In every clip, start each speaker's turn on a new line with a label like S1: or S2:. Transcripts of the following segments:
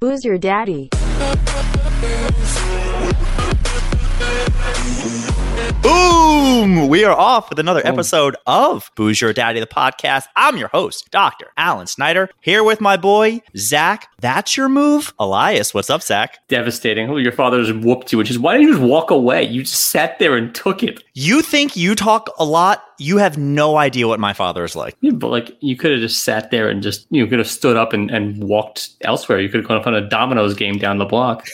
S1: Who's your daddy?
S2: Boom! We are off with another episode of Booze Your Daddy, the podcast. I'm your host, Dr. Alan Snyder, here with my boy, Zach. That's your move? Elias, what's up, Zach?
S3: Devastating. Oh, your father's whooped you, which is why didn't you just walk away? You just sat there and took it.
S2: You think you talk a lot? You have no idea what my father is like.
S3: Yeah, but like you could have just sat there and just you could have stood up and, and walked elsewhere. You could have gone and found a Domino's game down the block.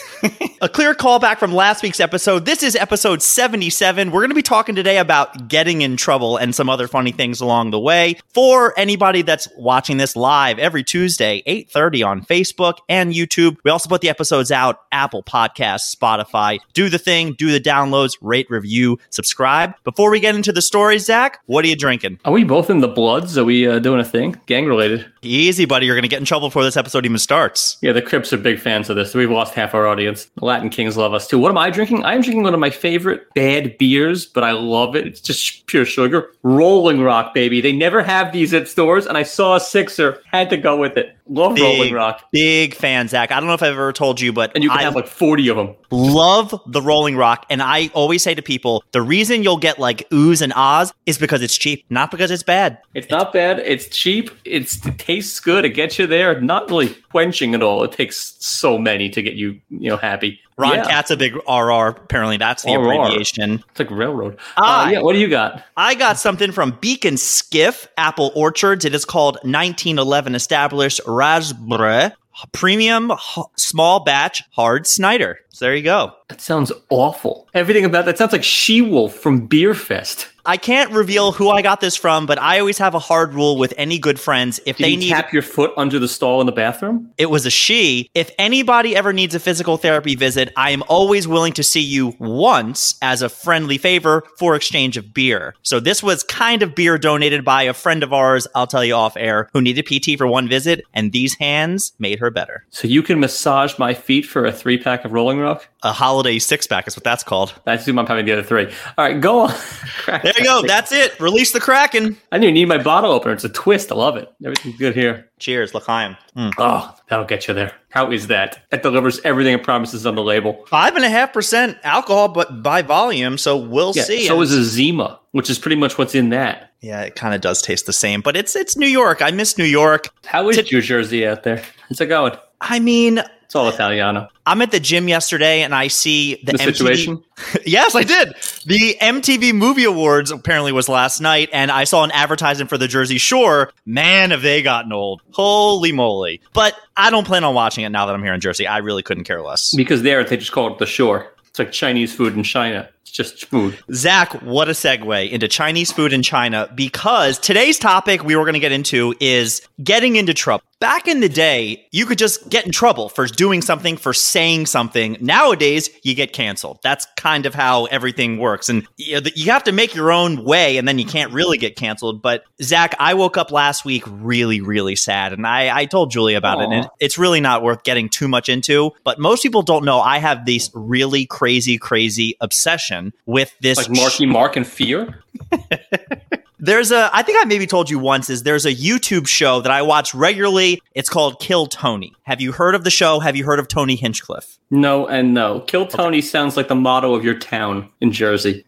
S2: A clear callback from last week's episode. This is episode 77. We're going to be talking today about getting in trouble and some other funny things along the way. For anybody that's watching this live every Tuesday, 8:30 on Facebook and YouTube. We also put the episodes out Apple Podcasts, Spotify. Do the thing, do the downloads, rate, review, subscribe. Before we get into the story, Zach, what are you drinking?
S3: Are we both in the Bloods? Are we uh, doing a thing? Gang related?
S2: Easy, buddy. You're going to get in trouble before this episode even starts.
S3: Yeah, the Crips are big fans of this. We've lost half our audience. The Latin Kings love us too. What am I drinking? I'm drinking one of my favorite bad beers, but I love it. It's just pure sugar. Rolling Rock, baby. They never have these at stores, and I saw a sixer. Had to go with it. Love Rolling Rock.
S2: Big fan, Zach. I don't know if I've ever told you, but
S3: And you can
S2: I
S3: have like 40 of them.
S2: love the Rolling Rock. And I always say to people, the reason you'll get like oohs and ahs is because it's cheap, not because it's bad.
S3: It's not bad. It's cheap. It's, it tastes good. It gets you there. Not really quenching at all. It takes so many to get you, you know, happy.
S2: Ron
S3: Yeah.
S2: Cat's a big RR. Apparently, that's the
S3: RR.
S2: abbreviation.
S3: It's like railroad.
S2: Ah.
S3: Uh, yeah, what do you got?
S2: I got something from Beacon Skiff Apple Orchards. It is called 1911 Established Raspberry Premium H- Small Batch Hard Snyder. So there you go.
S3: That sounds awful. Everything about that sounds like She Wolf from Beer Fest.
S2: I can't reveal who I got this from, but I always have a hard rule with any good friends. If
S3: Did
S2: they
S3: you
S2: need
S3: tap your foot under the stall in the bathroom?
S2: it was a she. If anybody ever needs a physical therapy visit, I am always willing to see you once as a friendly favor for exchange of beer. So this was kind of beer donated by a friend of ours, I'll tell you off air, who needed PT for one visit, and these hands made her better.
S3: So you can massage my feet for a three pack of Rolling Rock?
S2: A holiday six pack is what that's called.
S3: I assume I'm having the other three. All right, go on.
S2: There you go. That's it. Release the Kraken.
S3: I didn't even need my bottle opener. It's a twist. I love it. Everything's good here.
S2: Cheers, L'chaim. Mm.
S3: Oh, that'll get you there. How is that? That delivers everything it promises on the label.
S2: Five and a half percent alcohol, but by volume, so we'll
S3: Yeah,
S2: see.
S3: so is a Zima, which is pretty much what's in that.
S2: yeah, it kind of does taste the same, but it's it's New York. I miss New York.
S3: How is your jersey out there? How's it going?
S2: I mean,
S3: It's all Italiano.
S2: I'm at the gym yesterday and I see the,
S3: The
S2: MTV
S3: situation?
S2: yes, I did. The MTV Movie Awards apparently was last night, and I saw an advertisement for the Jersey Shore. Man, have they gotten old! Holy moly! But I don't plan on watching it now that I'm here in Jersey. I really couldn't care less.
S3: Because there, they just call it the shore. It's like Chinese food in China. It's just food.
S2: Zach, what a segue into Chinese food in China because today's topic we were going to get into is getting into trouble. Back in the day, you could just get in trouble for doing something, for saying something. Nowadays, you get canceled. That's kind of how everything works. And you know, you have to make your own way, and then you can't really get canceled. But Zach, I woke up last week really, really sad. And I, I told Julie about it.
S3: Aw.
S2: And it's really not worth getting too much into. But most people don't know I have this really crazy, crazy obsession with this.
S3: Like Marky Mark and Fear.
S2: There's a, I think I maybe told you once, is there's a YouTube show that I watch regularly. It's called Kill Tony. Have you heard of the show? Have you heard of Tony Hinchcliffe?
S3: No and no. Kill Tony sounds like the motto of your town in Jersey.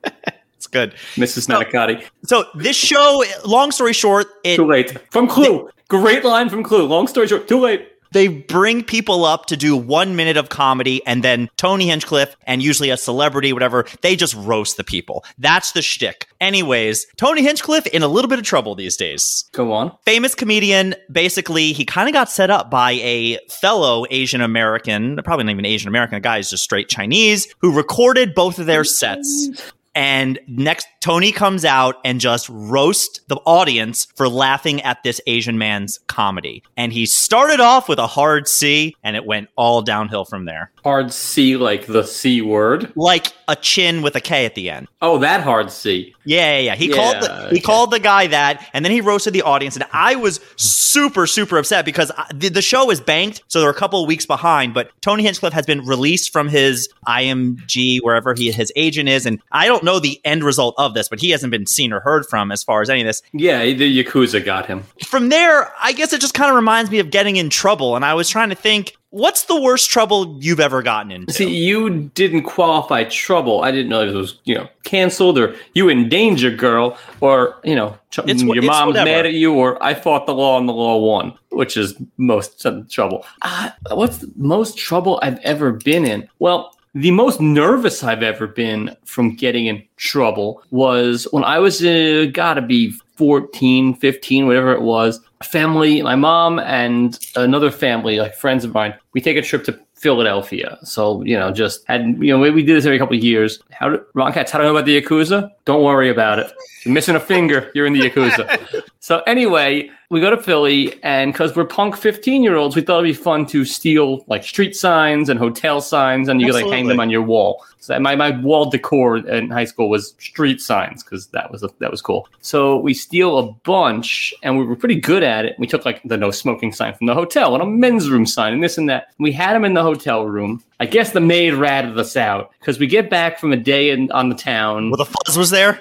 S2: It's good.
S3: Mrs. Manicotti.
S2: So this show, long story short, it
S3: Too late. From Clue. Great line from Clue. Long story short, too late.
S2: they bring people up to do one minute of comedy and then Tony Hinchcliffe and usually a celebrity, whatever, they just roast the people. That's the shtick. Anyways, Tony Hinchcliffe in a little bit of trouble these days.
S3: Go on.
S2: famous comedian basically he kind of got set up by a fellow asian american probably not even asian american a guy is just straight chinese who recorded both of their sets and next tony comes out and just roasts the audience for laughing at this asian man's comedy and he started off with a hard c and it went all downhill from there
S3: Hard C like the C word.
S2: like a chin with a k at the end
S3: Oh, that hard C.
S2: Yeah, yeah, yeah. He
S3: Yeah,
S2: called the, he
S3: okay.
S2: called the guy that, and then he roasted the audience, and I was super super upset because I, the, the show is banked, so they're a couple of weeks behind. But Tony Hinchcliffe has been released from his IMG wherever he his agent is, and I don't know the end result of this, but he hasn't been seen or heard from as far as any of this.
S3: Yeah, the Yakuza got him.
S2: From there, I guess it just kind of reminds me of getting in trouble, and I was trying to think. What's the worst trouble you've ever gotten into?
S3: See, you didn't qualify trouble. I didn't know if it was, you know, canceled or you in danger, girl, or, you know, tr-
S2: It's wha-
S3: your
S2: it's
S3: mom's
S2: whatever.
S3: mad at you, or I fought the law and the law won, which is most some trouble. Uh, what's the most trouble I've ever been in? Well, the most nervous I've ever been from getting in trouble was when I was, uh, gotta be 14, 15, whatever it was. Family, my mom and another family, like friends of mine, we take a trip to Philadelphia. So, you know, just had, you know, we, we do this every couple of years. How do, Ron Katz, how do I know about the Yakuza? Don't worry about it. You're missing a finger. You're in the Yakuza. so, anyway, we go to Philly, and because we're punk 15 year olds, we thought it'd be fun to steal like street signs and hotel signs, and you could like hang
S2: Absolutely.
S3: them on your wall. So that- my, my wall decor in high school was street signs because that was that was cool. So we steal a bunch, and we were pretty good at it. We took like the no smoking sign from the hotel and a men's room sign and this and that. We had them in the hotel room. I guess the maid ratted us out because we get back from a day in, on the town.
S2: Well, the fuzz was there.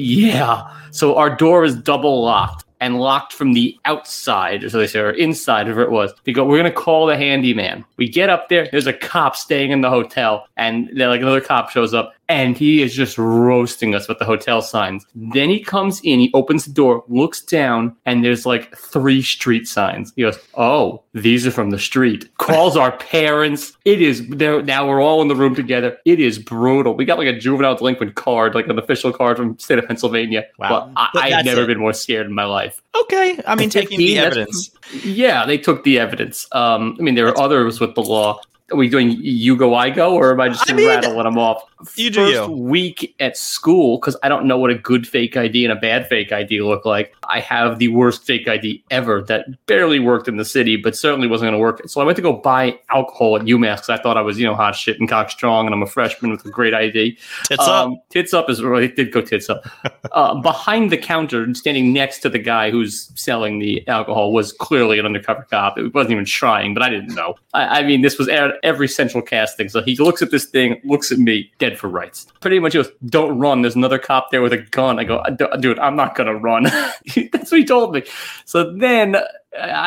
S3: Yeah. So our door is double locked and locked from the outside, or so they say, or inside, whatever it was. They go, we're gonna call the handyman. We get up there, there's a cop staying in the hotel, and then like another cop shows up and he is just roasting us with the hotel signs. Then he comes in, he opens the door, looks down, and there's like three street signs. He goes, Oh, these are from the street. Calls our parents. It is there now we're all in the room together. It is brutal. We got like a juvenile delinquent card, like an official card from the state of Pennsylvania.
S2: Wow.
S3: Wow. But
S2: But
S3: I, I've
S2: that's
S3: never
S2: it.
S3: been more scared in my life.
S2: Okay, I mean, taking the
S3: 15, that's-
S2: evidence.
S3: Yeah, they took the evidence. Um, I mean, there are others with the law. Are we doing you go, I go, or am I just
S2: I mean,
S3: rattling them off?
S2: you do
S3: First
S2: you.
S3: week at school, because I don't know what a good fake ID and a bad fake ID look like. I have the worst fake ID ever that barely worked in the city, but certainly wasn't going to work. So I went to go buy alcohol at UMass because I thought I was, you know, hot shit and cock strong, and I'm a freshman with a great ID.
S2: Tits up.
S3: Um, Tits up is right. It did go tits up. uh, behind the counter, and standing next to the guy who's selling the alcohol, was clearly an undercover cop. It wasn't even trying, but I didn't know. I, I mean, this was at every central casting. So he looks at this thing, looks at me, dead for rights. Pretty much, he goes, "Don't run." There's another cop there with a gun. I go, "D- "Dude, I'm not gonna run." That's what he told me. So then. I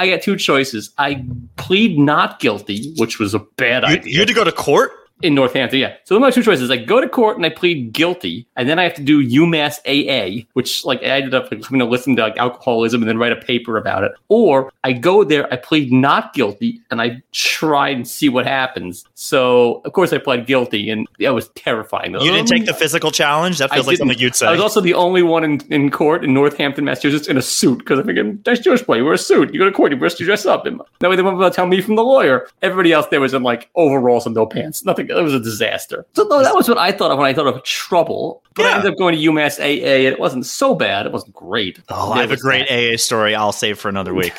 S3: I got two choices. I plead not guilty, which was a bad
S2: You,
S3: idea
S2: you had to go to court.
S3: in Northampton, yeah. So my two choices: I go to court and I plead guilty, and then I have to do UMass AA, which like I ended up like, having to listen to like alcoholism and then write a paper about it, or I go there, I plead not guilty, and I try and see what happens. So of course I pled guilty, and that was terrifying.
S2: You didn't take the physical challenge. That
S3: Um, I
S2: feels like
S3: didn't.
S2: something you'd say.
S3: I was also the only one in, in court in Northampton, Massachusetts, in a suit because I'm thinking, that's Jewish play. You wear a suit. You go to court. You dress, you dress up. And that way they won't be able to tell me from the lawyer. Everybody else there was in like overalls and no pants. Nothing. It was a disaster. So no, that was what I thought of when I thought of trouble. But
S2: Yeah.
S3: I ended up going to UMass AA, and it wasn't so bad. It wasn't great.
S2: oh, I have a
S3: There was
S2: great
S3: that.
S2: AA story. I'll save for another week.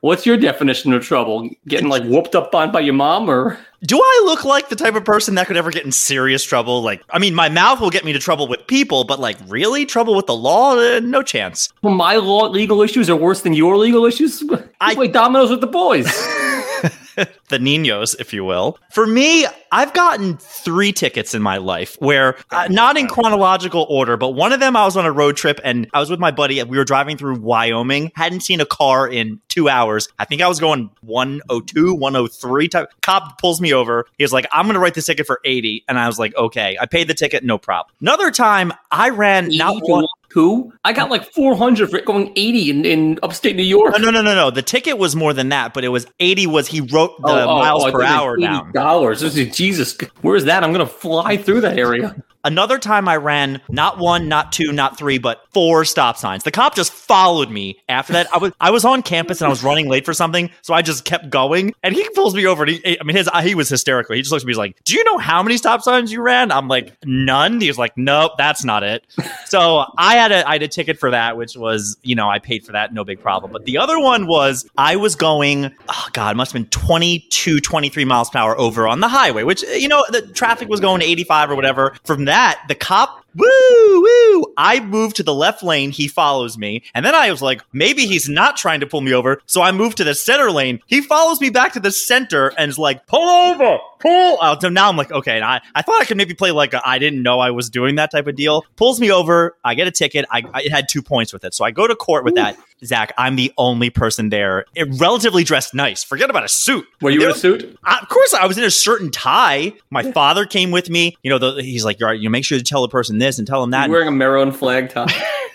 S3: What's your definition of trouble? Getting like whooped up on by your mom, or
S2: Do I look like the type of person that could ever get in serious trouble? Like, I mean, my mouth will get me to trouble with people, but like, really, trouble with the law? Uh, no chance.
S3: well, my law legal issues are worse than your legal issues?
S2: I-
S3: I play dominoes with the boys.
S2: The Ninos, if you will. For me, I've gotten three tickets in my life where, uh, not in chronological order, but one of them I was on a road trip and I was with my buddy and we were driving through Wyoming. Hadn't seen a car in two hours. I think I was going 102, 103 type. Cop pulls me over. He was like, I'm going to write this ticket for 80. And I was like, okay. I paid the ticket, no problem. Another time I ran not
S3: Eighty to
S2: one.
S3: Two? I got like 400 for it going 80 in, in upstate New York.
S2: Oh, No, no, no, no, no. The ticket was more than that, but it was 80 was he wrote the
S3: Oh, oh,
S2: miles
S3: oh, I
S2: per
S3: thought it was
S2: hour down.
S3: Dollars. This is- Jesus, where's that? I'm gonna fly through that area.
S2: Another time I ran not one, not two, not three, but four stop signs. The cop just followed me after that. I was I was on campus and I was running late for something, so I just kept going. And he pulls me over and he I mean his he was hysterical. He just looks at me he's like, Do you know how many stop signs you ran? I'm like, none. He's like, Nope, that's not it. So I had a I had a ticket for that, which was, you know, I paid for that, no big problem. But the other one was I was going, oh God, it must have been 22, 23 miles per hour over on the highway, which, you know, the traffic was going to 85 or whatever. From that, the cop woo, woo. I move to the left lane. He follows me. And then I was like, maybe he's not trying to pull me over. So I move to the center lane. He follows me back to the center and is like, pull over, pull out. So now I'm like, okay. And I, I thought I could maybe play like I I didn't know I was doing that type of deal. Pulls me over. I get a ticket. I, I it had two points with it. So I go to court with that. Zach, I'm the only person there, it, relatively dressed nice. Forget about a suit.
S3: Were you in
S2: There-
S3: a suit?
S2: I, of course, I was in a shirt and tie. My father came with me. You know, the, he's like, "All right, you make sure to tell the person this and tell them that."
S3: You wearing a maroon flag top?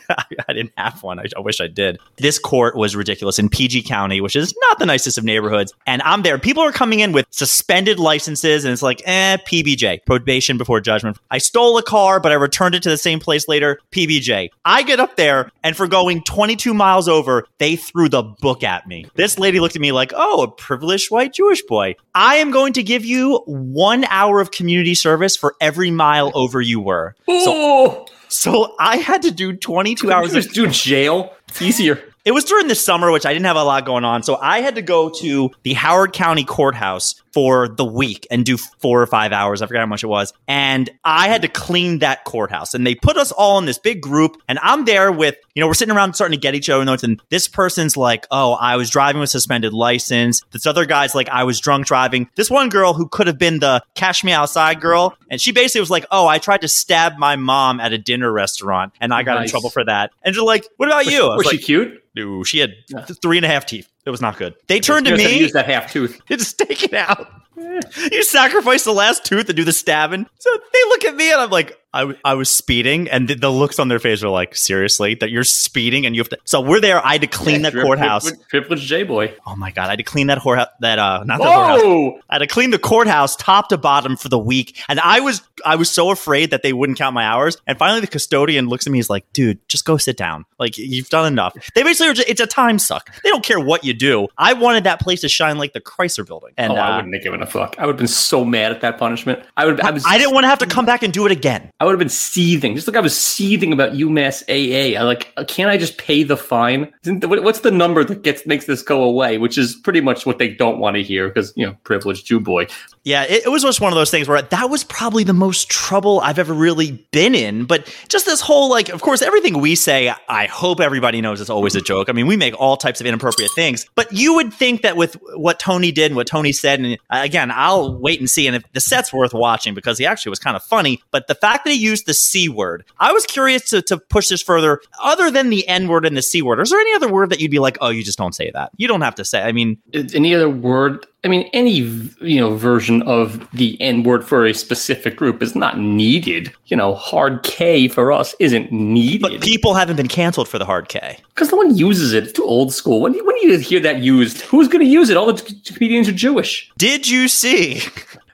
S2: I didn't have one. I, I wish I did. This court was ridiculous in PG County, which is not the nicest of neighborhoods. And I'm there. People are coming in with suspended licenses, and it's like, eh, PBJ, probation before judgment. I stole a car, but I returned it to the same place later. PBJ. I get up there, and for going 22 miles over, they threw the book at me. This lady looked at me like, oh, a privileged white Jewish boy. I am going to give you one hour of community service for every mile over you were. So,
S3: oh,
S2: so I had to do 22
S3: I was
S2: hours of
S3: just do jail. It's easier.
S2: it was during the summer, which I didn't have a lot going on. So I had to go to the Howard County Courthouse for the week and do four or five hours. I forgot how much it was. And I had to clean that courthouse. And they put us all in this big group. And I'm there with, you know, we're sitting around starting to get each other notes. And this person's like, oh, I was driving with suspended license. This other guy's like, I was drunk driving. This one girl who could have been the cash me outside girl. And she basically was like, oh, I tried to stab my mom at a dinner restaurant and I got in
S3: Nice.
S2: trouble for that. And they're like, what about you? I was
S3: Was
S2: like,
S3: she cute?
S2: no, she had
S3: Yeah.
S2: th- three and a half teeth. It was not good. They turned to
S3: You must have
S2: me
S3: used that half tooth.
S2: to just take it out. You sacrifice the last tooth to do the stabbing. So they look at me and I'm like, I, w- I was speeding. And the, the looks on their face are like, seriously, that you're speeding and you have to. So we're there. I had to clean that
S3: Tri-
S2: courthouse.
S3: Privileged, privileged J boy.
S2: Oh my God. I had to clean that whorehouse. That, uh, not that whorehouse.
S3: Oh,
S2: I had to clean the courthouse top to bottom for the week, and I was I was so afraid that they wouldn't count my hours. And finally, the custodian looks at me. He's like, "Dude, just go sit down. Like you've done enough." They basically are just, it's a time suck. They don't care what you do. I wanted that place to shine like the Chrysler Building, and
S3: oh, I
S2: uh,
S3: wouldn't have given a fuck. I would have been so mad at that punishment. I would. I was.
S2: I didn't want to have to come back and do it again.
S3: I would have been seething. Just like I was seething about UMass AA. I like, uh, can't I just pay the fine? Isn't the, what- what's the number that gets makes this go away? Which is pretty much what they don't want to hear because you know, privileged Jew boy.
S2: Yeah, it, it was just one of those things where that was probably the most trouble I've ever really been in. But just this whole, like, of course, everything we say, I hope everybody knows it's always a joke. I mean, we make all types of inappropriate things. But you would think that with what Tony did and what Tony said, and uh, again, I'll wait and see. And if the set's worth watching because he actually was kind of funny. But the fact that he used the C word, I was curious to, to push this further. Other than the N word and the C word, is there any other word that you'd be like, oh, you just don't say that? You don't have to say. I mean,
S3: Is Uh, Any other word? I mean, any you know version of the N word for a specific group is not needed. You know, hard K for us isn't
S2: but
S3: needed
S2: people haven't been canceled for the hard K.
S3: because no one uses it. It's too old school. When do you, when do you hear that used? Who's going to use it? All the t- comedians are Jewish.
S2: Did you see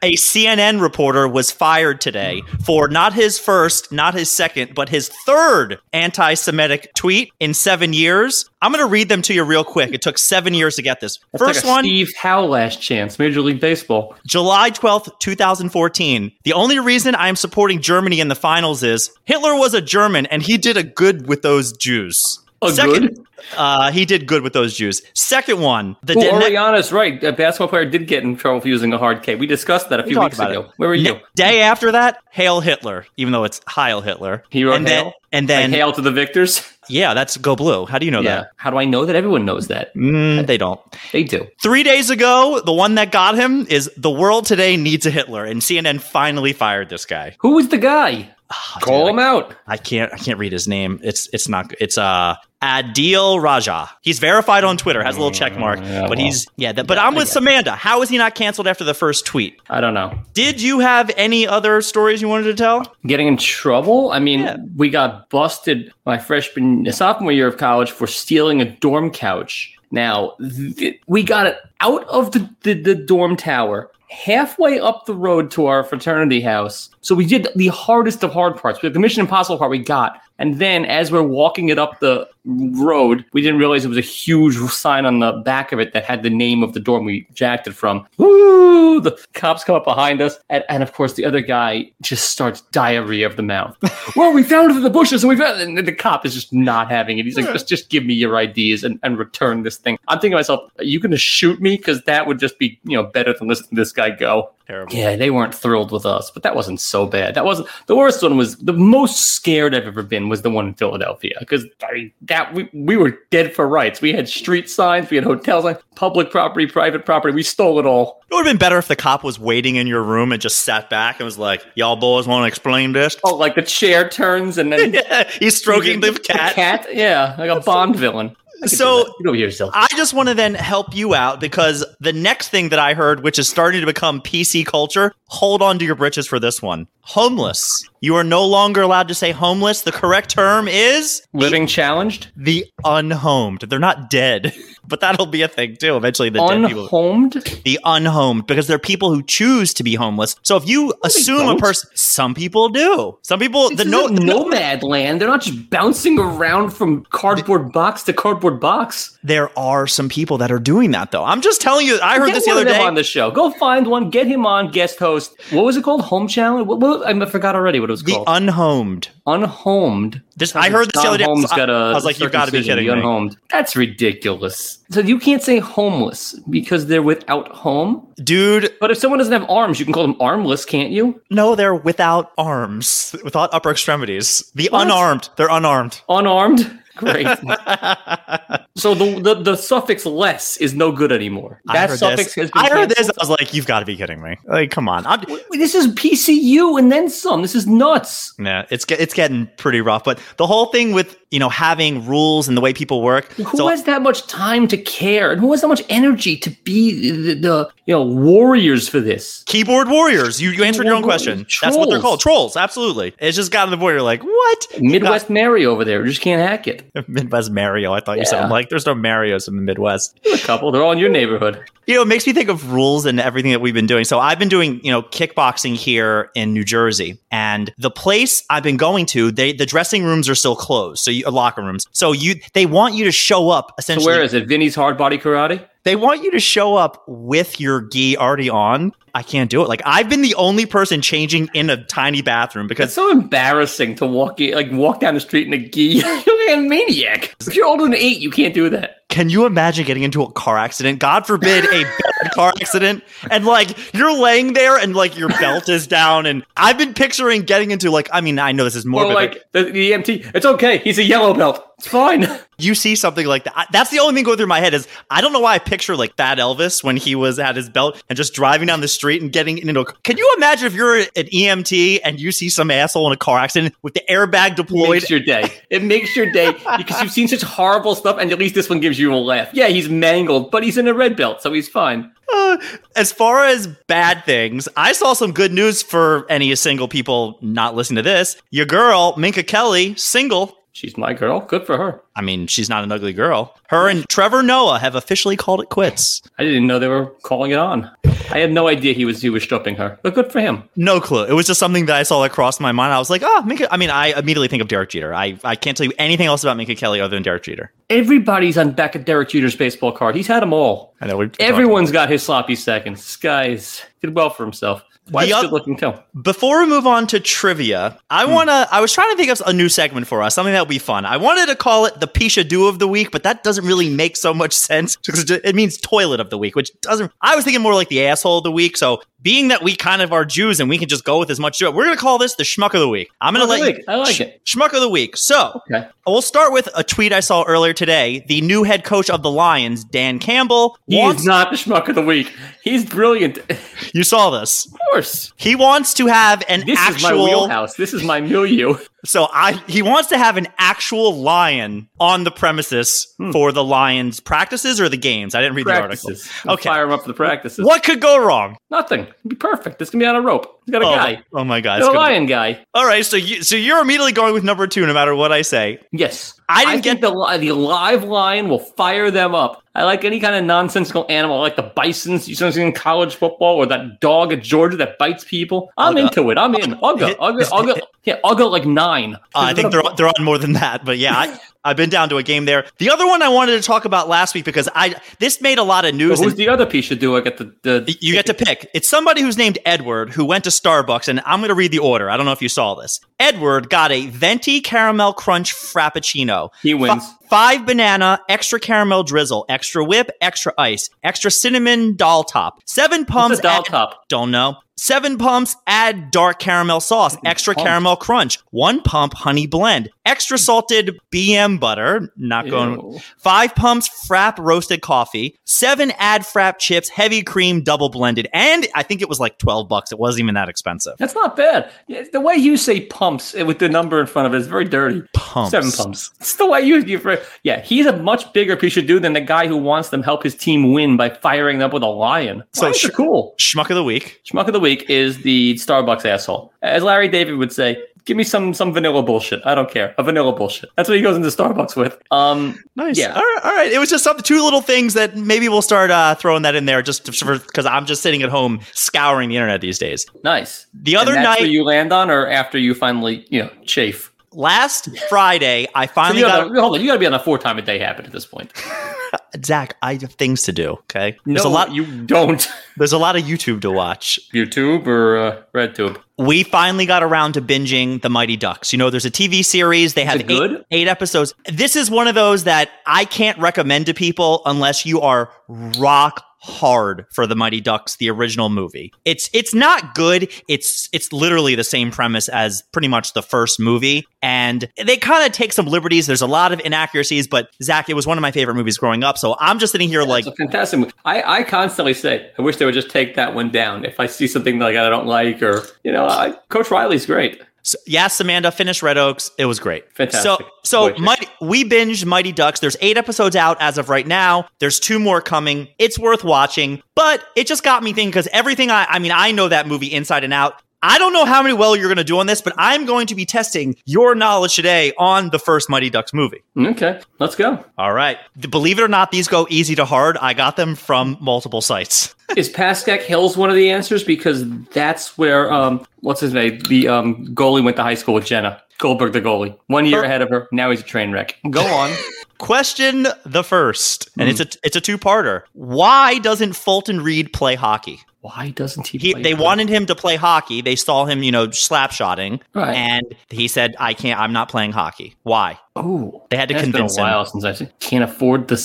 S2: a CNN reporter was fired today for not his first, not his second, but his third anti Semitic tweet in seven years? I'm going to read them to you real quick. It took seven years to get this.
S3: That's
S2: First
S3: like a
S2: one,
S3: Steve Howe last chance, Major League Baseball.
S2: July 12th, 2014. The only reason I am supporting Germany in the finals is Hitler was a German and he did a good with those Jews.
S3: A
S2: Second,
S3: good?
S2: Uh, he did good with those Jews. Second one, the
S3: Well,
S2: ne-
S3: Ariana's right. A basketball player did get in trouble for using a hard K. We discussed that a few
S2: talked
S3: weeks
S2: about
S3: ago. Where were
S2: Ne-
S3: you?
S2: Day after that, Hail Hitler, even though it's Heil Hitler.
S3: Hero
S2: and
S3: Hail?
S2: Then, and
S3: Like,
S2: then,
S3: hail to the victors.
S2: yeah, that's Go Blue. How do you know
S3: Yeah. How do I know that everyone knows that?
S2: that? Mm, they don't.
S3: They do.
S2: Three days ago, the one that got him is the world today needs a Hitler, and CNN finally fired this guy.
S3: Who was the guy?
S2: Oh, dude,
S3: Call
S2: I-
S3: him out.
S2: I can't. I can't read his name. It's it's not. It's uh Adil Raja. He's verified on Twitter. Has a little check mark,
S3: Mm, Yeah,
S2: but
S3: well.
S2: he's yeah. That, but I'm
S3: I
S2: with
S3: guess.
S2: Samanda. How is he not canceled after the first tweet?
S3: I don't know.
S2: Did you have any other stories you wanted to tell?
S3: Getting in trouble? I mean,
S2: Yeah.
S3: we got busted my freshman, sophomore year of college for stealing a dorm couch. Now, th- we got it out of the, the, the dorm tower, halfway up the road to our fraternity house. So we did the hardest of hard parts. We had the Mission Impossible part we got. And then as we're walking it up the road. We didn't realize there was a huge sign on the back of it that had the name of the dorm we jacked it from. Woo! The cops come up behind us, and, and of course the other guy just starts diarrhea of the mouth. well, we found it in the bushes, and we found, and the cop is just not having it. He's like, just just give me your IDs and, and return this thing. I'm thinking to myself, are you going to shoot me? Because that would just be you know better than listening to this guy go.
S2: Terrible.
S3: Yeah, they weren't thrilled with us, but that wasn't so bad. That wasn't the worst one. Was the most scared I've ever been was the one in Philadelphia because I mean, that we, we were dead for rights. We had street signs, we had hotel signs, public property, private property. We stole it all.
S2: It would have been better if the cop was waiting in your room and just sat back and was like, "Y'all boys want to explain this?"
S3: Oh, like the chair turns and then
S2: yeah, he's stroking the cat.
S3: cat, yeah, like a Bond villain. I could do
S2: So-
S3: that. get over yourself.
S2: I just want to then help you out because the next thing that I heard, which is starting to become PC culture, hold on to your britches for this one. Homeless. You are no longer allowed to say homeless. The correct term is
S3: Living challenged,
S2: the unhomed. They're not dead, but that'll be a thing too. Eventually, the dead people.
S3: unhomed.
S2: the unhomed because they're people who choose to be homeless. So if you assume a
S3: don't.
S2: person, some people do. Some people, the
S3: The
S2: no,
S3: no nomad land. They're not just bouncing around from cardboard box to cardboard box.
S2: there are some people that are doing that though. I'm just telling you. I heard
S3: Get
S2: this the
S3: one
S2: other
S3: of them
S2: day.
S3: on the show. Go find one. Get him on guest host. What was it called? Home challenge. What, what- I forgot already what it was
S2: the
S3: called.
S2: unhomed.
S3: unhomed.
S2: This I heard this the
S3: John
S2: other day.
S3: Holmes
S2: so I-
S3: got a
S2: I was like, you've got to be
S3: circumcision,
S2: kidding
S3: the
S2: me.
S3: Unhomed. That's ridiculous. So you can't say homeless because they're without home.
S2: dude.
S3: But if someone doesn't have arms, you can call them armless, can't you?
S2: No, they're without arms, without upper extremities. The
S3: What?
S2: unarmed. They're unarmed.
S3: Unarmed. Great. so the, the the suffix less is no good anymore.
S2: I
S3: That
S2: heard this.
S3: suffix has been
S2: I heard this.
S3: canceled.
S2: I was like, you've got to be kidding me. Like, come on. I'm,
S3: This is PCU and then some. This is nuts.
S2: Yeah, it's get- it's getting pretty rough. But the whole thing with you know having rules and the way people work.
S3: Who
S2: so
S3: has that much time to care? And who has that much energy to be the, the you know warriors for this?
S2: keyboard warriors, you, you answered your own question. That's what they're
S3: Trolls.
S2: called, trolls. Absolutely. It's just gotten to the point where you're like, what?
S3: Midwest Mary over there just can't hack it.
S2: Midwest Mario. I thought you
S3: Yeah.
S2: sounded like there's no Marios in the Midwest.
S3: A couple. They're all in your neighborhood.
S2: You know, it makes me think of rules and everything that we've been doing. So I've been doing, you know, kickboxing here in New Jersey, and the place I've been going to, they the dressing rooms are still closed, so you, uh, locker rooms. So you, they want you to show up
S3: So
S2: essentially.
S3: where is it? Vinny's Hard Body Karate.
S2: they want you to show up with your gi already on. I can't do it. Like I've been the only person changing in a tiny bathroom
S3: It's
S2: because
S3: so embarrassing to walk in, like walk down the street in a gi. You're like a maniac. If you're older than eight, you can't do that.
S2: can you imagine getting into a car accident? God forbid a bad car accident and like you're laying there and like your belt is down and I've been picturing getting into like I mean I know this is
S3: Or
S2: morbid like,
S3: like the, the EMT. It's okay. He's a yellow belt. It's fine.
S2: you see something like that I- that's the only thing going through my head is I don't know why I picture like Fat Elvis when he was at his belt and just driving down the street and getting into a Can you imagine if you're an EMT and you see some asshole in a car accident with the airbag
S3: It
S2: deployed
S3: makes your day. It makes your day because you've seen such horrible stuff, and at least this one gives you a laugh. Yeah, he's mangled, but he's in a red belt, so he's fine.
S2: Uh, as far as bad things, I saw some good news for any single people not listening to this. Your girl, Minka Kelly, single.
S3: She's my girl. Good for her.
S2: I mean, she's not an ugly girl. Her and Trevor Noah have officially called it quits.
S3: I didn't know they were calling it on. I had no idea he was he was stripping her, but good for him.
S2: No clue. It was just something that I saw that crossed my mind. I was like, oh, Minka. I mean, I immediately think of Derek Jeter. I, I can't tell you anything else about Minka Kelly other than Derek Jeter.
S3: Everybody's on back of Derek Jeter's baseball card. He's had them all.
S2: I know we've
S3: Everyone's got his sloppy seconds. This guy's did well for himself. Why
S2: The oth-
S3: good looking too?
S2: Before we move on to trivia, I
S3: Hmm.
S2: wanna I was trying to think of a new segment for us, something that would be fun. I wanted to call it the Pisha Do of the Week, but that doesn't really make so much sense because it it means toilet of the week, which doesn't I was thinking more like the asshole of the week. So being that we kind of are Jews and we can just go with as much we're gonna call this the schmuck of the week. I'm gonna
S3: I
S2: let
S3: like,
S2: you
S3: I like it.
S2: Schmuck of the week. So
S3: Okay.
S2: we'll start with a tweet I saw earlier today. The new head coach of the Lions, Dan Campbell,
S3: He
S2: wants
S3: is not the schmuck of the week. He's brilliant. Of
S2: you saw this.
S3: course.
S2: He wants to have an
S3: This
S2: actual
S3: is my wheelhouse. This is my milieu.
S2: So I he wants to have an actual lion on the premises for the Lions practices or the games. I didn't read
S3: Hmm. Practices. I'll
S2: Okay.
S3: Fire him up for the
S2: the
S3: practices.
S2: article. What could go wrong?
S3: Nothing. It'd be perfect. This can be on a rope. He's got a
S2: oh,
S3: guy.
S2: oh my god. it's
S3: He's a
S2: gonna be-
S3: lion guy.
S2: All right, so you so you're immediately going with number 2 no matter what I say.
S3: Yes.
S2: I didn't
S3: think
S2: get-
S3: the li- the live lion will fire them up. I like any kind of nonsensical animal, I like the bisons you sometimes see in college football, or that dog at Georgia that bites people. I'm
S2: Ugga.
S3: into it. I'm in. Ugga,
S2: Hit-
S3: ugga, ugga, ugga. Yeah, ugga like nine.
S2: Uh, I think they're on- they're on more than that, but yeah, I, I've been down to a game there. The other one I wanted to talk about last week because I this made a lot of news.
S3: But who's
S2: and
S3: the other piece you do? I get the, the
S2: you get to pick. It's somebody who's named Edward who went to Starbucks, and I'm going to read the order. I don't know if you saw this. Edward got a venti caramel crunch frappuccino.
S3: He wins.
S2: Fi- five banana, extra caramel drizzle, extra whip, extra ice, extra cinnamon doll top, seven pumps.
S3: doll
S2: add-
S3: top?
S2: Don't know. Seven pumps, add dark caramel sauce, extra
S3: pumped.
S2: caramel crunch, one pump honey blend, extra salted BM butter, not going
S3: Ew.
S2: Five pumps frap roasted coffee, seven ad frap chips, heavy cream, double blended, and I think it was like twelve bucks. It wasn't even that expensive.
S3: That's not bad. Yeah, The way you say pumps eh, with the number in front of it is very dirty.
S2: Pumps.
S3: Seven pumps. It's the way you. you yeah, he's a much bigger piece of dude than the guy who wants them help his team win by firing them up with a lion.
S2: So
S3: So
S2: sh-
S3: cool.
S2: Schmuck of the week.
S3: Schmuck of the week is the Starbucks asshole. As Larry David would say, give me some some vanilla bullshit. I don't care. A vanilla bullshit. That's what he goes into Starbucks with. Um,
S2: Nice.
S3: Yeah.
S2: All right. All right. It was just some two little things that maybe we'll start uh, throwing that in there just because I'm just sitting at home scouring the internet these days.
S3: nice.
S2: The other
S3: And that's
S2: night,
S3: where you land on, or after you finally you know chafe.
S2: last Friday, I
S3: So
S2: finally
S3: you
S2: got
S3: gotta, hold on, you got to be on a four time a day habit at this point.
S2: Zach. I have things to do. Okay. There's a lot.
S3: you don't.
S2: There's a lot of YouTube to watch.
S3: YouTube or uh, RedTube.
S2: we finally got around to binging the Mighty Ducks. You know, there's a TV series. They have
S3: it good?
S2: Eight, eight episodes. This is one of those that I can't recommend to people unless you are rock hard for the Mighty Ducks, the original movie. It's it's not good. It's it's literally the same premise as pretty much the first movie, and they kind of take some liberties. There's a lot of inaccuracies, but Zach, it was one of my favorite movies growing up. So I'm just sitting here like,
S3: It's a fantastic movie. I, I constantly say, I wish they would just take that one down. If I see something like I don't like, or you know, I, Coach Riley's great.
S2: So, yes, Amanda, finish Red Oaks. It was great.
S3: Fantastic.
S2: So, so
S3: Great.
S2: mighty, we binged Mighty Ducks. There's eight episodes out as of right now. There's two more coming. It's worth watching, but it just got me thinking because everything I, I mean, I know that movie inside and out. I don't know how many well you're going to do on this, but I'm going to be testing your knowledge today on the first Mighty Ducks movie.
S3: Okay, let's go.
S2: All right. Th- Believe it or not, these go easy to hard. I got them from multiple sites.
S3: Is Pascack Hills one of the answers? Because that's where um, what's his name? The um, goalie went to high school with Jenna Goldberg, the goalie. One year ahead of her. Now he's a train wreck. Go on.
S2: Question the first, and it's a it's a two-parter. Why doesn't Fulton Reed play hockey?
S3: Why doesn't he?
S2: he,
S3: play
S2: they
S3: for-
S2: wanted him to play hockey. They saw him, you know, slap shotting,
S3: Right.
S2: and he said, "I can't. I'm not playing hockey. Why?"
S3: Oh,
S2: They had to
S3: It's been a
S2: convince him.
S3: while since I've seen. Can't afford the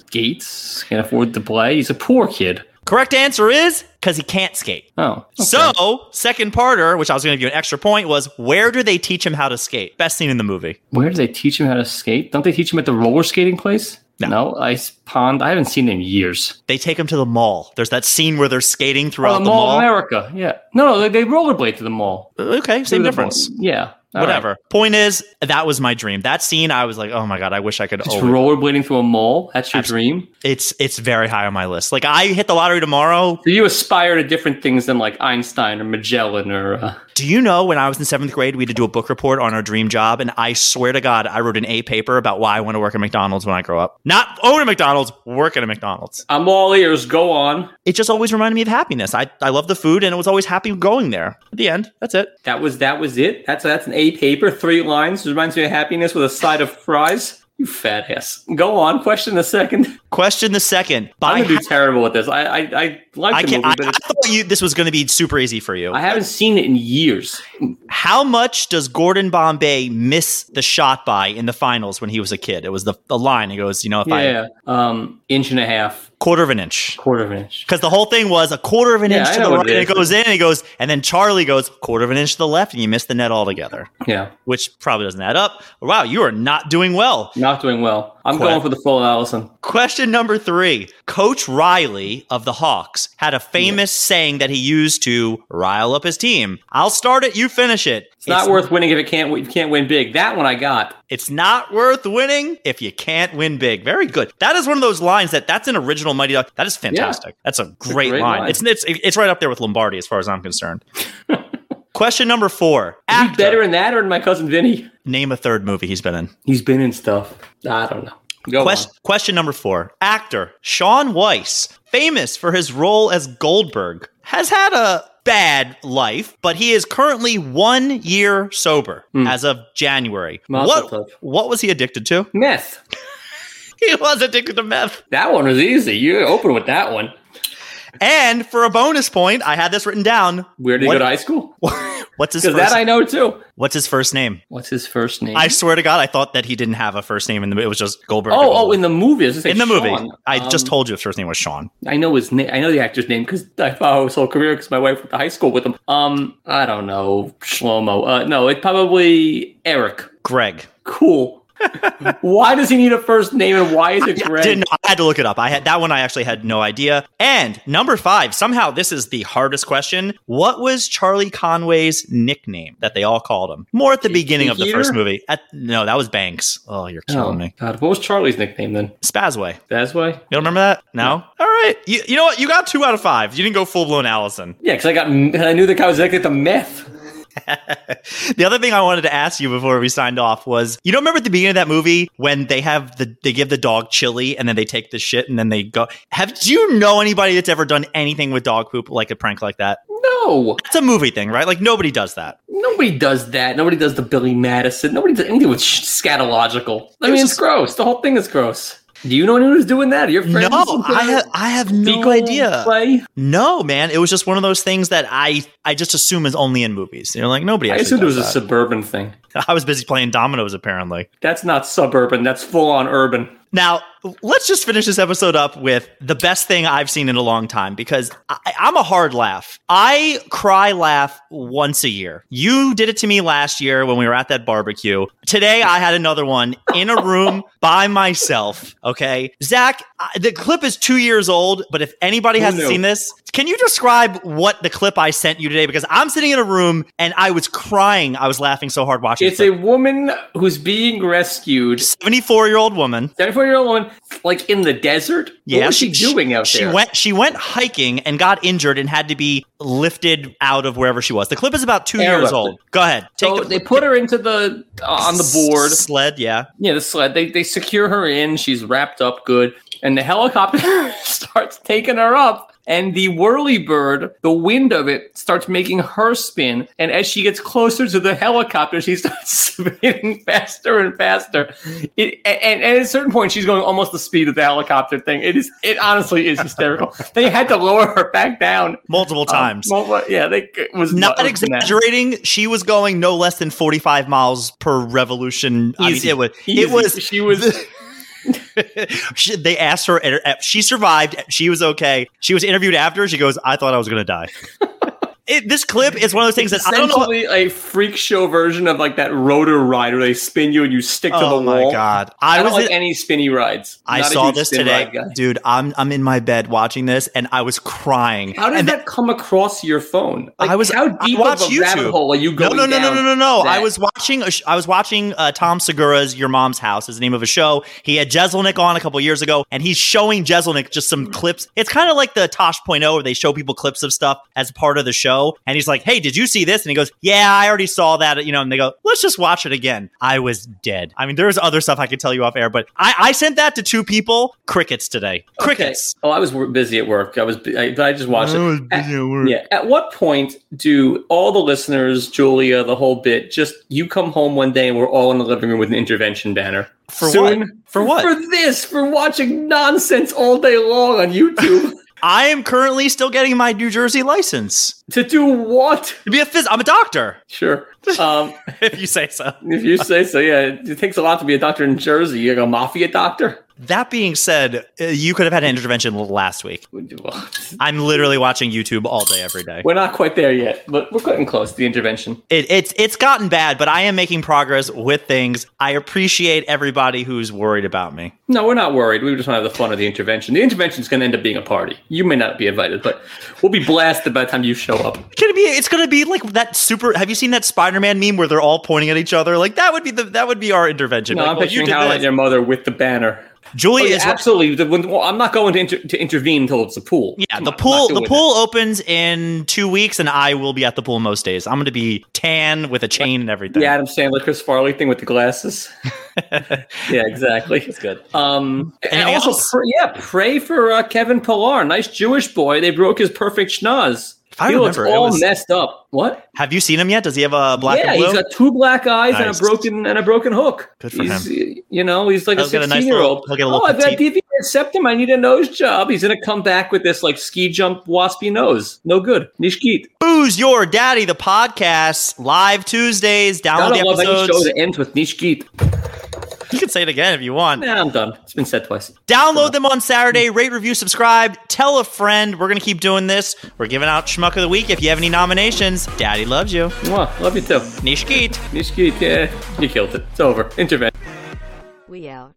S3: skates. Can't afford to play. He's a poor kid.
S2: Correct answer is because he can't skate.
S3: Oh, okay.
S2: So, second parter, which I was going to give you an extra point, was where do they teach him how to skate? Best scene in the movie.
S3: where do they teach him how to skate? Don't they teach him at the roller skating place?
S2: No.
S3: ice pond. I haven't seen it in years.
S2: They take him to the mall. There's that scene where they're skating throughout
S3: oh,
S2: the mall.
S3: America. Yeah. No, no, they, they rollerblade to the mall.
S2: Okay,
S3: To
S2: same
S3: the
S2: difference.
S3: mall. Yeah. All
S2: Whatever.
S3: right.
S2: Point is, that was my dream. That scene, I was like, oh my god, I wish I could.
S3: Just
S2: always-
S3: rollerblading through a mall. That's your dream.
S2: it's it's very high on my list. Like I hit the lottery tomorrow,
S3: So you aspire to different things than like Einstein or Magellan or. Uh,
S2: Do you know when I was in seventh grade, we had to do a book report on our dream job, and I swear to God, I wrote an A paper about why I want to work at McDonald's when I grow up. Not own a McDonald's, work at a McDonald's.
S3: I'm all ears. Go on.
S2: It just always reminded me of happiness. I, I love the food, and it was always happy going there. At the end, that's it.
S3: That was that was it. That's that's an A paper, three lines. Reminds me of happiness with a side of fries. You fat ass. Go on. Question the second.
S2: Question the second. By
S3: I'm gonna
S2: ha-
S3: do terrible at this. I I, I like
S2: I,
S3: the
S2: can't,
S3: movie,
S2: I,
S3: but
S2: I
S3: it's,
S2: thought you this was going to be super easy for you.
S3: I haven't seen it in years.
S2: How much does Gordon Bombay miss the shot by in the finals when he was a kid? It was the, the line. He goes, you know, if I
S3: Yeah, um, inch and a half,
S2: quarter of an inch.
S3: quarter of an inch.
S2: Because the whole thing was a quarter of an
S3: Yeah,
S2: inch
S3: I
S2: to
S3: know
S2: the
S3: what
S2: right,
S3: it
S2: and it
S3: is.
S2: goes in, and it goes, and then Charlie goes quarter of an inch to the left, and you miss the net altogether,
S3: Yeah,
S2: which probably doesn't add up. Wow, you are not doing well.
S3: not doing well. I'm
S2: Quack.
S3: going for the full Allison.
S2: Question number three Coach Riley of the Hawks had a famous saying that he used to rile up his team I'll start it, you finish it.
S3: It's, not worth winning if it can't you can't win big. That one I got.
S2: It's not worth winning if you can't win big. Very good. That is one of those lines that that's an original Mighty Duck. That is fantastic. That's a
S3: a
S2: great,
S3: great
S2: line.
S3: line.
S2: It's, it's it's right up there with Lombardi as far as I'm concerned. Question number four.
S3: Is he
S2: Actor.
S3: better in that or in my cousin Vinny?
S2: Name a third movie he's been in.
S3: He's been in stuff. I don't know. Go
S2: Quest, question number four. Actor Sean Weiss, famous for his role as Goldberg, has had a bad life, but he is currently one year sober as of January.
S3: Hmm. Mazel
S2: What,
S3: tov.
S2: what was he addicted to?
S3: Meth.
S2: He was addicted to meth.
S3: That one was easy. You open with that one.
S2: And for a bonus point, I had this written down.
S3: Where did he
S2: What-
S3: go to high school?
S2: What's his
S3: Because
S2: first,
S3: that I know too.
S2: What's his first name?
S3: What's his first name?
S2: I swear to God, I thought that he didn't have a first name, and it was just Goldberg.
S3: oh,
S2: Goldberg.
S3: oh, in the movie. I was gonna say
S2: in the movie.
S3: Sean.
S2: I just
S3: Um,
S2: told you his first name was Sean.
S3: I know his name. I know the actor's name because I followed his whole career because my wife went to high school with him. Um, I don't know Shlomo. Uh, no, it's probably Eric.
S2: Greg.
S3: Cool. why does he need a first name and why is it Greg?
S2: Didn't I had to look it up. I had that one I actually had no idea. And number five, somehow this is the hardest question. What was Charlie Conway's nickname that they all called him? More at the beginning of the
S3: Peter?
S2: first movie. At, no, that was Banks. Oh, you're
S3: oh,
S2: killing me.
S3: God. What was Charlie's nickname then?
S2: Spazway.
S3: Spazway?
S2: You don't remember that? No? All right. You, you know what? You got two out of five. You didn't go full blown Allison.
S3: Yeah, because I got I knew the guy was addicted to meth.
S2: The other thing I wanted to ask you before we signed off was, you don't remember at the beginning of that movie when they have the they give the dog chili and then they take the shit and then they go. Have do you know anybody that's ever done anything with dog poop like a prank like that?
S3: No,
S2: It's a movie thing, right? Like nobody does that.
S3: nobody does that. Nobody does the Billy Madison. Nobody does anything with sh- scatological. I mean, it's gross. The whole thing is gross. Do you know anyone who's doing that? Are your
S2: No,
S3: friends?
S2: I have I have no
S3: Fecal
S2: idea.
S3: Play?
S2: No, man, it was just one of those things that I I just assume is only in movies. You're like nobody.
S3: I
S2: actually
S3: assumed it was
S2: does
S3: a suburban thing.
S2: that. I was busy playing dominoes apparently.
S3: That's not suburban. That's full on urban.
S2: Now, let's just finish this episode up with the best thing I've seen in a long time because I, I'm a hard laugh. I cry laugh once a year. You did it to me last year when we were at that barbecue. Today, I had another one in a room by myself. Okay. Zach, I, the clip is two years old, but if anybody
S3: Who
S2: hasn't
S3: knew?
S2: seen this, can you describe what the clip I sent you today? Because I'm sitting in a room and I was crying. I was laughing so hard watching
S3: It's a woman who's being rescued
S2: 74 year old woman.
S3: 74 year old woman, like in the desert? what was she, doing out
S2: she
S3: there?
S2: went. She went hiking and got injured and had to be lifted out of wherever she was. The clip is about two years
S3: Airlifted.
S2: old. Go ahead. Take
S3: so
S2: the,
S3: they put her into the uh, on the board.
S2: sled. Yeah,
S3: Yeah, the sled. They they secure her in. She's wrapped up good, and the helicopter starts taking her up. And the whirly bird, the wind of it starts making her spin. And as she gets closer to the helicopter, she starts spinning faster and faster. It, and, and at a certain point, she's going almost the speed of the helicopter thing. It is, it honestly is hysterical. they had to lower her back down
S2: multiple times.
S3: Um, well, yeah, they it was
S2: Not
S3: nuts.
S2: exaggerating. She was going no less than forty-five miles per revolution. I mean,
S3: Easy.
S2: it was.
S3: Easy.
S2: It was.
S3: She was.
S2: she, they asked her. and- and She survived. She was okay. She was interviewed after. She goes, "I thought I was going to die." it, this clip is one of those things that I don't know.
S3: Essentially, a freak show version of like that rotor ride where they spin you and you stick to
S2: oh
S3: the
S2: my
S3: wall.
S2: god!
S3: I,
S2: I,
S3: don't
S2: was
S3: like any spinny rides.
S2: I
S3: Not a
S2: saw
S3: huge
S2: this
S3: spin
S2: today,
S3: ride guy.
S2: dude. I'm I'm in my bed watching this, and I was crying.
S3: How did
S2: and
S3: that come across your phone? Like,
S2: I was-
S3: how
S2: I
S3: deep
S2: watch
S3: of a rabbit
S2: YouTube.
S3: hole are you
S2: No,
S3: going
S2: no, no, no,
S3: down?
S2: no, no, no. I
S3: that-
S2: was watching. A sh- I was watching uh, Tom Segura's "Your Mom's House" is the name of a show. He had Jeselnik on a couple years ago, and he's showing Jeselnik just
S3: Hmm.
S2: some clips. It's kind of like the Tosh.0 where they show people clips of stuff as part of the show, and he's like, "Hey, did you see this?" And he goes, "Yeah, I already saw that." You know, and they go, "Let's just watch it again." I was dead. I mean, there's other stuff I could tell you off air, but I, I sent that to two people. Crickets today.
S3: Okay.
S2: Crickets.
S3: Oh, I was wor- busy at work. I was, bu- I, but I just watched it. At-
S2: word.
S3: Yeah. At what point do all the listeners, Julia, the whole bit, just you come home one day and we're all in the living room with an intervention banner?
S2: For
S3: Soon?
S2: what? For what?
S3: For this, for watching nonsense all day long on YouTube.
S2: I am currently still getting my New Jersey license
S3: to do what?
S2: to be a phys. I'm a doctor,
S3: Sure. Um,
S2: if you say so.
S3: if you say so, yeah, it it takes a lot to be a doctor in Jersey. You're a mafia doctor?
S2: That being said, uh, you could have had an intervention l- last week. I'm literally watching YouTube all day, every day.
S3: We're not quite there yet, but we're getting close to the intervention.
S2: It, it's it's gotten bad, but I am making progress with things. I appreciate everybody who's worried about me.
S3: No, we're not worried. We just want to have the fun of the intervention. The intervention is going to end up being a party. You may not be invited, but we'll be blasted by the time you show up.
S2: It's gonna be it's gonna be like that super. Have you seen that Spider-Man meme where they're all pointing at each other? Like that would be the that would be our intervention.
S3: No,
S2: Like,
S3: I'm
S2: well, you
S3: picturing
S2: did
S3: how I
S2: this.
S3: met your mother with the banner.
S2: Julia
S3: Oh, yeah,
S2: is
S3: absolutely. The- when- well, I'm not going to, inter- to intervene until it's a pool.
S2: Yeah,
S3: Come
S2: the
S3: on, I'm not
S2: pool the
S3: doing it.
S2: pool opens in two weeks, and I will be at the pool most days. I'm going to be tan with a chain and everything.
S3: The Adam Sandler, Chris Farley thing with the glasses. yeah, exactly. That's
S2: good.
S3: Um, and
S2: Anything
S3: also,
S2: else?
S3: pr- yeah, pray for uh, Kevin Pillar, nice Jewish boy. They broke his perfect schnoz.
S2: I
S3: he looks
S2: remember it
S3: all
S2: was-
S3: messed up. What?
S2: Have you seen him yet? Does he have a black
S3: yeah,
S2: and blue?
S3: he's got two black eyes and
S2: Nice.
S3: a broken and a broken hook.
S2: Good for
S3: he's, You know, he's like a
S2: He'll get a
S3: sixteen
S2: nice
S3: year
S2: little-
S3: old.
S2: he'll get a little
S3: oh, I've got
S2: petite-
S3: deviated septum. I need a nose job. He's gonna come back with this like ski jump waspy nose. No good. Nishkeet.
S2: Booze Your Daddy, the podcast, live Tuesdays. Download
S3: Gotta
S2: the
S3: love any show
S2: episodes.
S3: that ends with Nishkeet.
S2: You can say it again if you want.
S3: Nah, I'm done. It's been said twice.
S2: Download them on Saturday. Rate, review, subscribe. Tell a friend. We're going to keep doing this. We're giving out Schmuck of the Week. If you have any nominations, Daddy loves you.
S3: Mwah. Love you too.
S2: Nishkeet.
S3: Nishkeet, yeah, you killed it. It's over. Intervention.
S1: We out.